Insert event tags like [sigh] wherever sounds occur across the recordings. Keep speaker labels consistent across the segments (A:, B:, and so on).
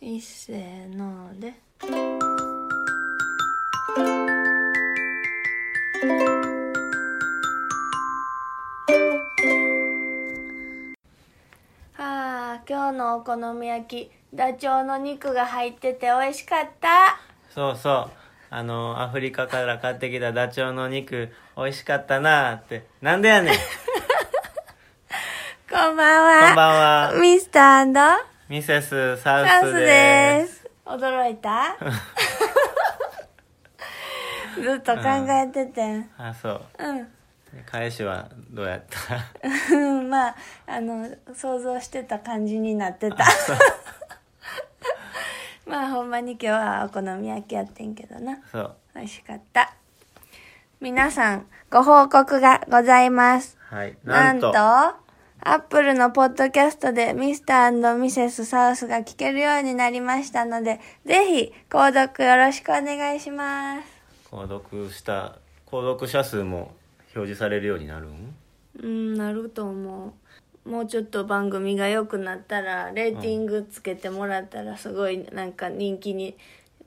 A: いっせーのであー今日のお好み焼きダチョウの肉が入ってて美味しかった
B: そうそうあのアフリカから買ってきたダチョウの肉美味しかったなーってなんでやねん
A: こんばんは
B: こんばん [laughs] は
A: ミスターサ
B: ミセスサ
A: ウ
B: ウ
A: ス
B: スで
A: ですす驚い [laughs] たずっと考えててん
B: あそう
A: うん
B: 返しはどうやった [laughs]
A: うん [laughs] まああの想像してた感じになって [laughs] たまあほんまに今日はお好み焼きやってんけどな
B: そう
A: 美味しかった皆さんご報告がございます
B: はいな
A: なんん
B: と
A: とアップルのポッドキャストでミスターミセスサウスが聞けるようになりましたのでぜひ購読よろしくお願いします
B: 購読した購読者数も表示されるようになるん
A: うんなると思うもうちょっと番組が良くなったらレーティングつけてもらったらすごいなんか人気に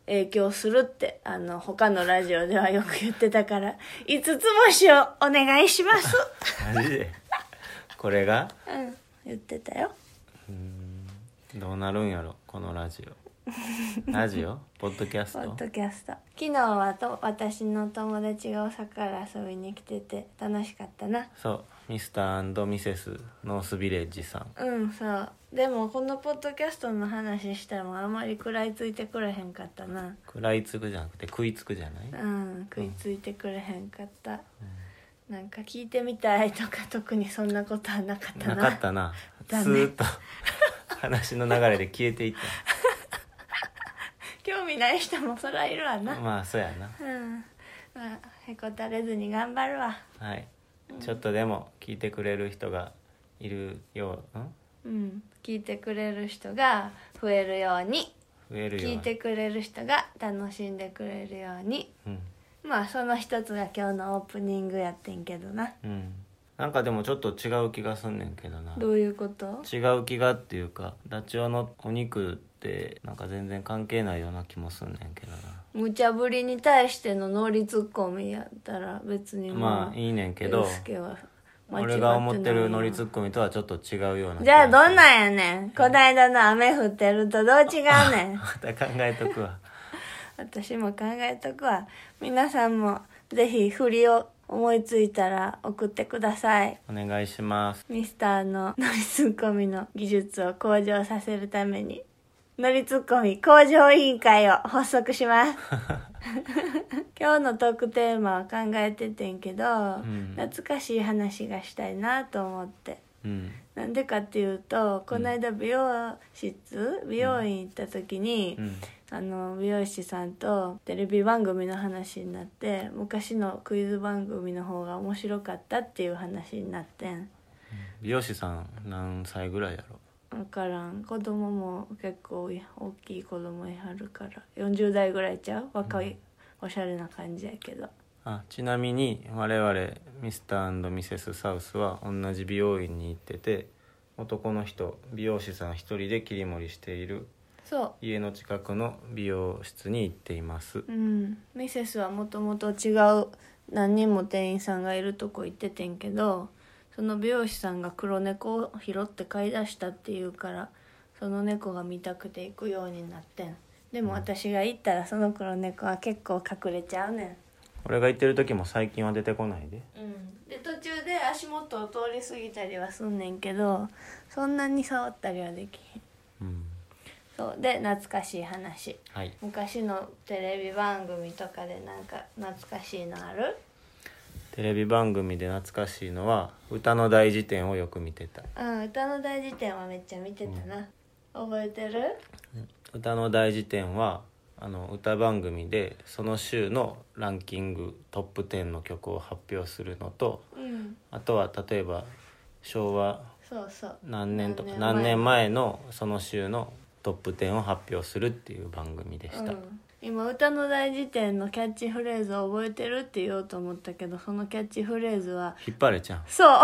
A: 影響するってあの他のラジオではよく言ってたから5つ星をお願いします
B: マジ [laughs] でこれが
A: うん言ってたよ
B: どうなるんやろこのラジオラジ [laughs] オポッドキャス
A: ポ
B: ト
A: ッドキャスト昨日はと私の友達が大阪から遊びに来てて楽しかったな
B: そうミスターミセスノースビレッジさん
A: うんそうでもこのポッドキャストの話してもあんまり食らいついてくれへんかったな
B: 食らいつくじゃなくて食いつくじゃない、
A: うん食いついてくれへんかった、なんか聞いてみたいとか特にそんなことはなかったな
B: なかったなス
A: だね
B: ーッと話の流れで消えていっ
A: 興味ない人もそらいるわ
B: た
A: な、
B: まあそうやな
A: うんまあへこたれずに頑張るわ
B: はいちょっとでも聞いてくれる人がいるようん
A: うん聞いてくれる人が増えるように
B: 増えるよう
A: 聞
B: に
A: いてくれる人が楽しんでくれるように
B: うん
A: まあその一つが今日のオープニングやってんけどな
B: うんなんかでもちょっと違う気がすんねんけどな
A: どういうこと
B: 違う気がっていうかダチョウのお肉ってなんか全然関係ないような気もすんねんけどな
A: 無茶ぶりに対してのノリツッコミやったら別に
B: まあいいねんけど
A: ユースケは間違ってない
B: 俺が思ってるノリツッコミとはちょっと違うような気がする
A: じゃあどんなんやねんこないだの雨降ってるとどう違うねん [laughs]
B: また考えとくわ
A: 私も考えとくわ皆さんもぜひ振りを思いついたら送ってください
B: お願いします
A: ミスターのノリツッコミの技術を向上させるためにノリツッコミ向上委員会を発足し
B: [laughs]
A: ます今日のトークテーマは考えててんけど、
B: ん
A: 懐かしい話がしたいなと思って
B: うん
A: なんでかっていうとこの間美容室、美容院行った時に、
B: うん
A: あの美容師さんとテレビ番組の話になって昔のクイズ番組の方が面白かったっていう話になってん
B: 美容師さん何歳ぐらいやろ
A: 分からん子供も結構い大きい子供いはるから40代ぐらいちゃう若い、おしゃれな感じやけど
B: あちなみに我々ミスターミセスサウスは同じ美容院に行ってて男の人美容師さん一人で切り盛りしている
A: そ
B: 家の近くの美容室に行っています
A: ううんミセスはもともと違う何人も店員さんがいるとこ行っててんけどその美容師さんが黒猫を拾って飼い出したっていうからその猫が見たくて行くようになってんでも私が行ったらその黒猫は結構隠れちゃうねん
B: 俺が行ってる時も最近は出てこないで
A: うん、で途中で足元を通り過ぎたりはすんねんけどそんなに触ったりはできへん
B: うん
A: そうで懐かしい話
B: はい
A: 昔のテレビ番組とかでなんか懐かしいのある
B: テレビ番組で懐かしいのは歌の大辞典をよく見てた
A: うん歌の大辞典はめっちゃ見てたな、覚えてる
B: 歌の大辞典はあの歌番組でその週のランキングトップ10の曲を発表するのと
A: うん
B: あとは例えば昭和
A: そうそう
B: 何年とか何
A: 何
B: 年
A: 年
B: 前のその週のトップ10を発表するっていう番組でし
A: う
B: た、
A: ん今歌の大辞典のキャッチフレーズを覚えてるって言おうと思ったけどそのキャッチフレーズは
B: 引っ張れちゃん [laughs]
A: そう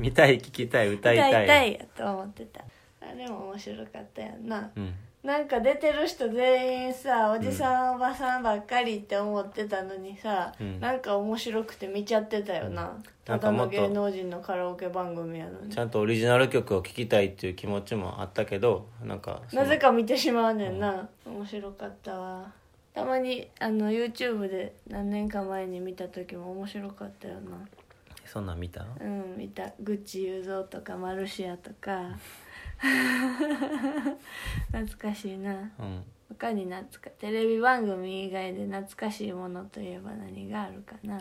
B: 見たい聞きたい歌いた
A: 痛い
B: い
A: 痛いやと思ってたあれも面白かったやんな、
B: うん
A: なんか出てる人全員さおじさん、おばさんばっかりって思ってたのにさ、
B: うん
A: なんか面白くて見ちゃってたよな、ただ
B: なんかも
A: の
B: っと
A: 芸能人のカラオケ番組やのに
B: ちゃんとオリジナル曲を聴きたいっていう気持ちもあったけどなんかその
A: なぜか見てしまうねんな、面白かったわたまにあの YouTube で何年か前に見た時も面白かったよな
B: そんなん見た
A: うん見たグッチ雄三とかマルシアとか [laughs] 懐かしいな
B: うん
A: 他に懐かテレビ番組以外で懐かしいものといえば何があるかな
B: う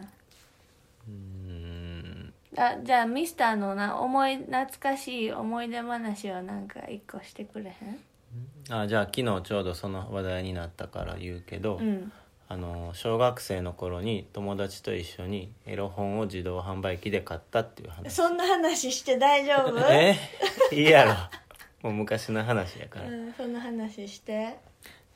B: ーん
A: あじゃあミスターのな思い懐かしい思い出話をなんか一個してくれへ
B: あじゃあ昨日ちょうどその話題になったから言うけど、
A: んうん
B: あの小学生の頃に友達と一緒にエロ本を自動販売機で買ったっていう話
A: そんな話して大丈 [laughs] 夫
B: えいいやろもう昔の話やから、
A: うん、その話して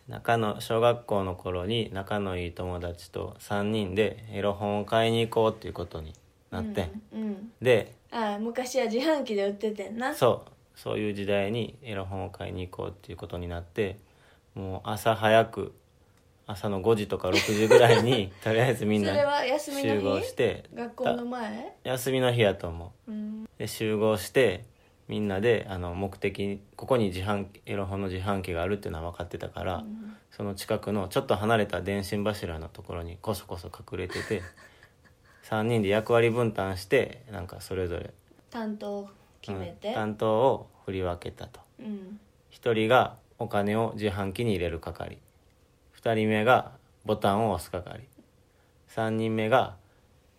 B: 仲の小学校の頃に仲のいい友達と3人でエロ本を買いに行こうっていうことになってん、
A: うん、うん
B: で
A: ああ昔は自販機で売っててんな
B: そうそういう時代にエロ本を買いに行こうっていうことになってもう朝早く朝の5時とか6時ぐらい
A: [laughs]
B: にとりあえずみんな
A: それは休みの日
B: 集合して
A: 学校の前
B: 休みの日やと思
A: うん
B: うで集合してみんなであの目的ここに自販機エロ本の自販機があるっていうのは分かってたから、
A: うん
B: その近くのちょっと離れた電信柱のところにこそこそ隠れて
A: [laughs]
B: て3人で役割分担してなんかそれぞれ
A: 担当を決め
B: うん
A: て
B: 担当を振り分けたと
A: うん
B: 1人がお金を自販機に入れる係2人目がボタンを押す係3人目が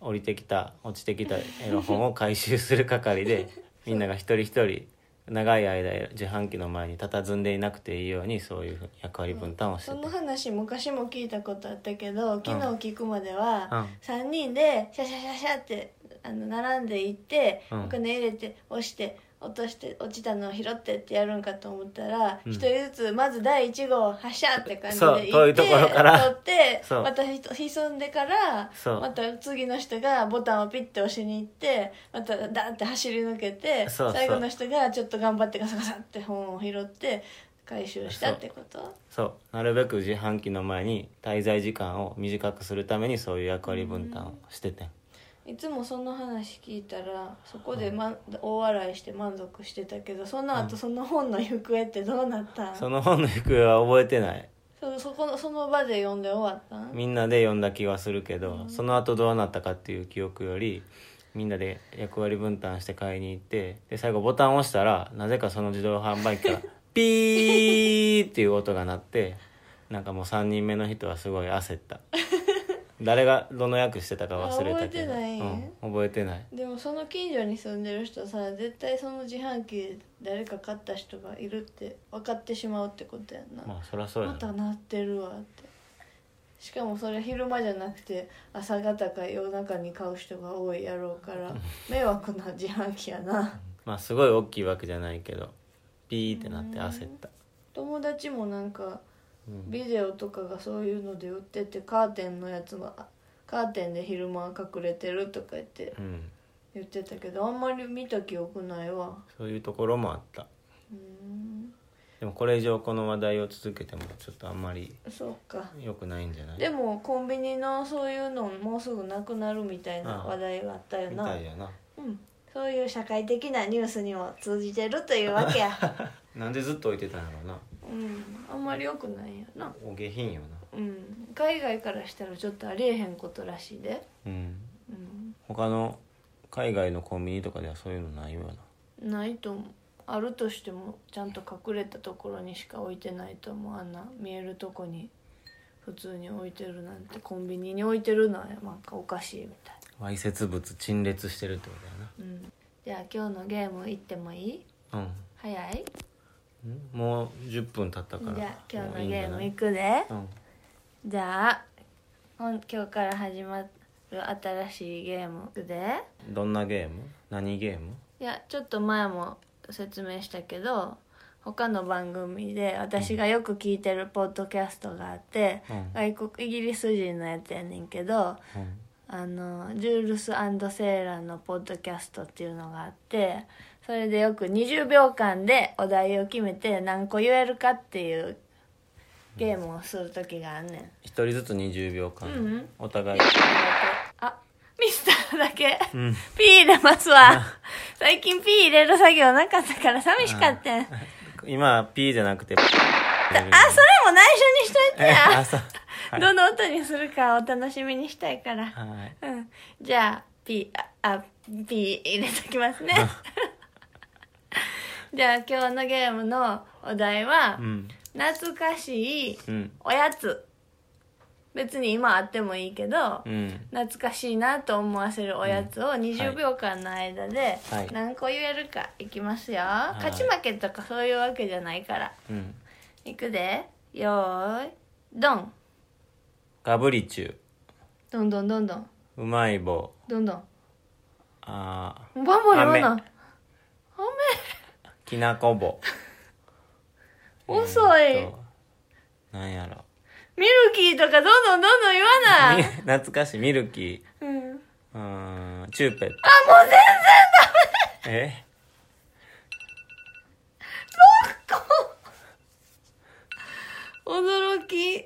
B: 降りてきた落ちてきたエロ本を回収する係で
A: [laughs]
B: みんなが一人一人長い間自販機の前に佇んでいなくていいようにそういうふうに役割分担をして
A: そ
B: て、
A: の話昔も聞いたことあったけど昨日聞くまでは、
B: う
A: 三3人でシャシャシャシャってあの並んでいって、
B: うん
A: お金入れて押して落として落ちたのを拾ってってやるんかと思ったら
B: うん
A: 一、人ずつまず第1号発射って感じで
B: そう
A: 行って
B: 遠いところから
A: 取って
B: そう
A: またひと潜んでから
B: そう
A: また次の人がボタンをピッて押しに行ってまたダーって走り抜けて
B: そうそう
A: 最後の人がちょっと頑張ってガサガサって本を拾って回収したってこと
B: そうなるべく自販機の前に滞在時間を短くするためにそういう役割分担をしててん
A: いつもその話聞いたらそこで、ま、大笑いして満足してたけどその後、
B: うん
A: その本の行方ってどうなったん
B: その本の行方は覚えてない
A: そそこのその場で読んで終わったん
B: みんなで読んだ気はするけど、その後どうなったかっていう記憶よりみんなで役割分担して買いに行ってで最後ボタンを押したらなぜかその自動販売機
A: [laughs]
B: からピーっていう音が鳴ってなんかもう3人目の人はすごい焦った誰がどの役してたか忘れたけど
A: あ覚えてない
B: うん、覚えてない
A: でもその近所に住んでる人さ絶対その自販機で誰か買った人がいるって分かってしまうってことやんな、
B: まあそりゃそうや
A: ま
B: な
A: た鳴ってるわってしかもそれ昼間じゃなくて朝方か夜中に買う人が多いやろうから迷惑な自販機やな
B: まあすごい大きいわけじゃないけどピーってなって焦った
A: 友達もなんか
B: うん
A: ビデオとかがそういうので売っててカーテンのやつがカーテンで昼間隠れてるとか言って
B: うん
A: 言ってたけどあんまり見た記憶ないわ
B: そういうところもあった
A: うーん
B: でもこれ以上この話題を続けてもちょっとあんまり
A: そうか
B: 良くないんじゃない
A: でもコンビニのそういうのもうすぐなくなるみたいな
B: ああ
A: 話題があったよ
B: み
A: な
B: たいやな
A: うん、そういう社会的なニュースにも通じてるというわけ
B: [laughs]
A: や、
B: なんでずっと置いてたんやろうな
A: うん、あんまり良くないよな、
B: お下品よな
A: うん、海外からしたらちょっとありえへんことらしいで、
B: うん
A: うん、
B: 他の海外のコンビニとかではそういうのないよな
A: ないと思うあるとしてもちゃんと隠れたところにしか置いてないと思うあんな見えるとこに普通に置いてるなんてコンビニに置いてるのはなんかおかしいみたい、
B: わいせつ物陳列してるってこと
A: うん、じゃあ今日のゲーム行ってもいい
B: やなうん
A: 早い
B: んもう10分経ったから
A: じゃあ今
B: も
A: 日
B: うい
A: の
B: いん
A: ゲ
B: じゃ
A: ーム
B: ない
A: 行くで、
B: うん
A: じゃあ本今日から始まる新しいゲームで
B: どんなゲーム何ゲーム
A: いやちょっと前も説明したけど他の番組で私がよく聞いてるポッドキャストがあって、
B: うん
A: 外国イギリス人のやつやねんけどあのジュールスセーラーのポッドキャストっていうのがあってそれでよく20秒間でお題を決めて何個言えるかっていうゲームをする時があんねん、
B: 一人ずつ20秒間、
A: うんうん
B: お互い [laughs]
A: あミスターだけ、
B: ん
A: ピー入れますわ最近ピー入れる作業なかったから寂しかったんあそれ
B: 今は P じゃなくてあ
A: も内緒にしといて
B: [laughs]
A: や、
B: あそうはい
A: どの音にするかお楽しみにしたいから、
B: はい
A: うんじゃあピーああピー入れときますね [laughs] じゃあ今日のゲームのお題は、
B: うん
A: 懐かしい
B: うん
A: おやつ別に今あってもいいけど、
B: うん
A: 懐かしいなと思わせるおやつを20秒間の間で
B: はい
A: 何個言えるかいきますよ、
B: い
A: 勝ち負けとかそういうわけじゃないから
B: うん
A: いくでよーいドン
B: ガブリチュ
A: どんどんどんどん
B: うまい棒
A: どんどん
B: あ
A: バンバン言わな
B: ーきなこ棒
A: 遅い
B: えーっとなんやろ
A: ミルキーとかどんどんどんどん言わ
B: み [laughs]
A: ない、
B: 懐かしいミルキ
A: うん、
B: ーうーんチューペットあもう全然ダメえ
A: 驚き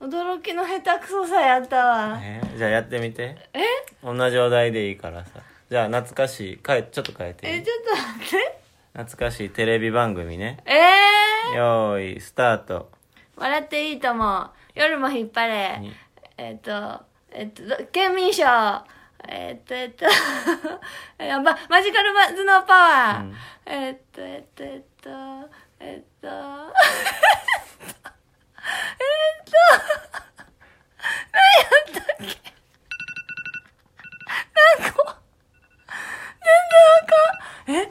A: 驚きの下手くそさやったわ
B: えじゃあやってみて
A: え
B: 同じお題でいいからさじゃあ懐かしいかえちょっと変えてい
A: え
B: い
A: ちょっと待って
B: 懐かしいテレビ番組ね
A: ええ
B: よーいスタート
A: 笑っていいとも夜も引っ張れ
B: に
A: えっ、とえっ、とど県民賞えっ、とえっ、と [laughs] えー、まマジカルマズのパワー、
B: うん
A: えっ、とえっ、とえっ、とえっ、とえっ、と何やったっけなんか全然あかんえ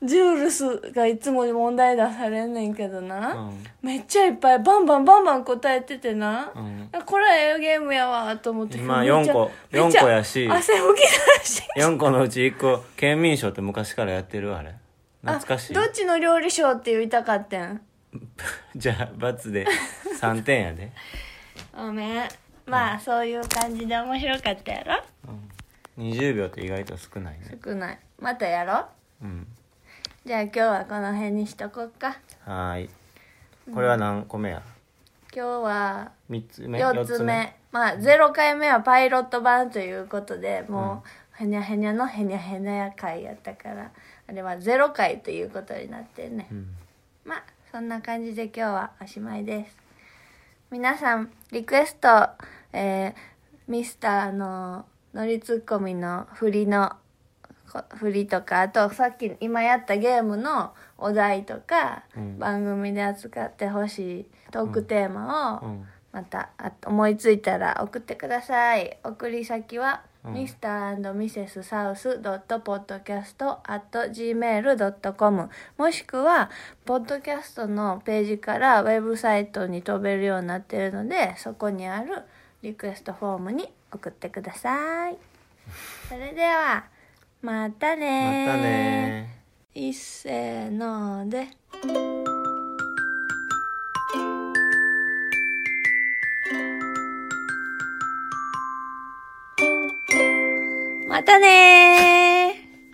A: ジュールスがいつも問題出されんねんけどな、
B: うん
A: めっちゃいっぱいバンバンバンバン答えててな、
B: うん
A: あこれはええゲームやわと思って
B: 今
A: めっちゃ
B: 4個
A: めっちゃ
B: 4個やし
A: 汗拭き出
B: [laughs]
A: し
B: 4個のうち1個県民賞って昔からやってるあれ懐かしい
A: あどっちの料理賞って言いたかってん
B: [laughs] じゃあ罰で3点やで、
A: ごめんまあ、そういう感じで面白かったやろ
B: うん、20秒って意外と少ないね
A: 少ないまたやろ
B: うん
A: じゃあ今日はこの辺にしとこっか
B: はーいこれは何個目や
A: 今日は
B: 3つ目
A: 4つ目まあ0回目はパイロット版ということでもう、へにゃへにゃのへにゃへにゃや回やったからあれは0回ということになってんね、
B: うん、
A: まあそんな感じで今日はおしまいです皆さんリクエスト、えーミスターの乗りツッコミの振りのこ振りとかあとさっき今やったゲームのお題とか、
B: うん
A: 番組で扱ってほしいトークテーマを、
B: うん、
A: またあ思いついたら送ってください送り先は、
B: うん
A: mr.mrs.south.podcast.gmail.com もしくはポッドキャストのページからウェブサイトに飛べるようになってるのでそこにあるリクエストフォームに送ってくださいそれではまたね
B: またねー
A: いっせーのでまたねー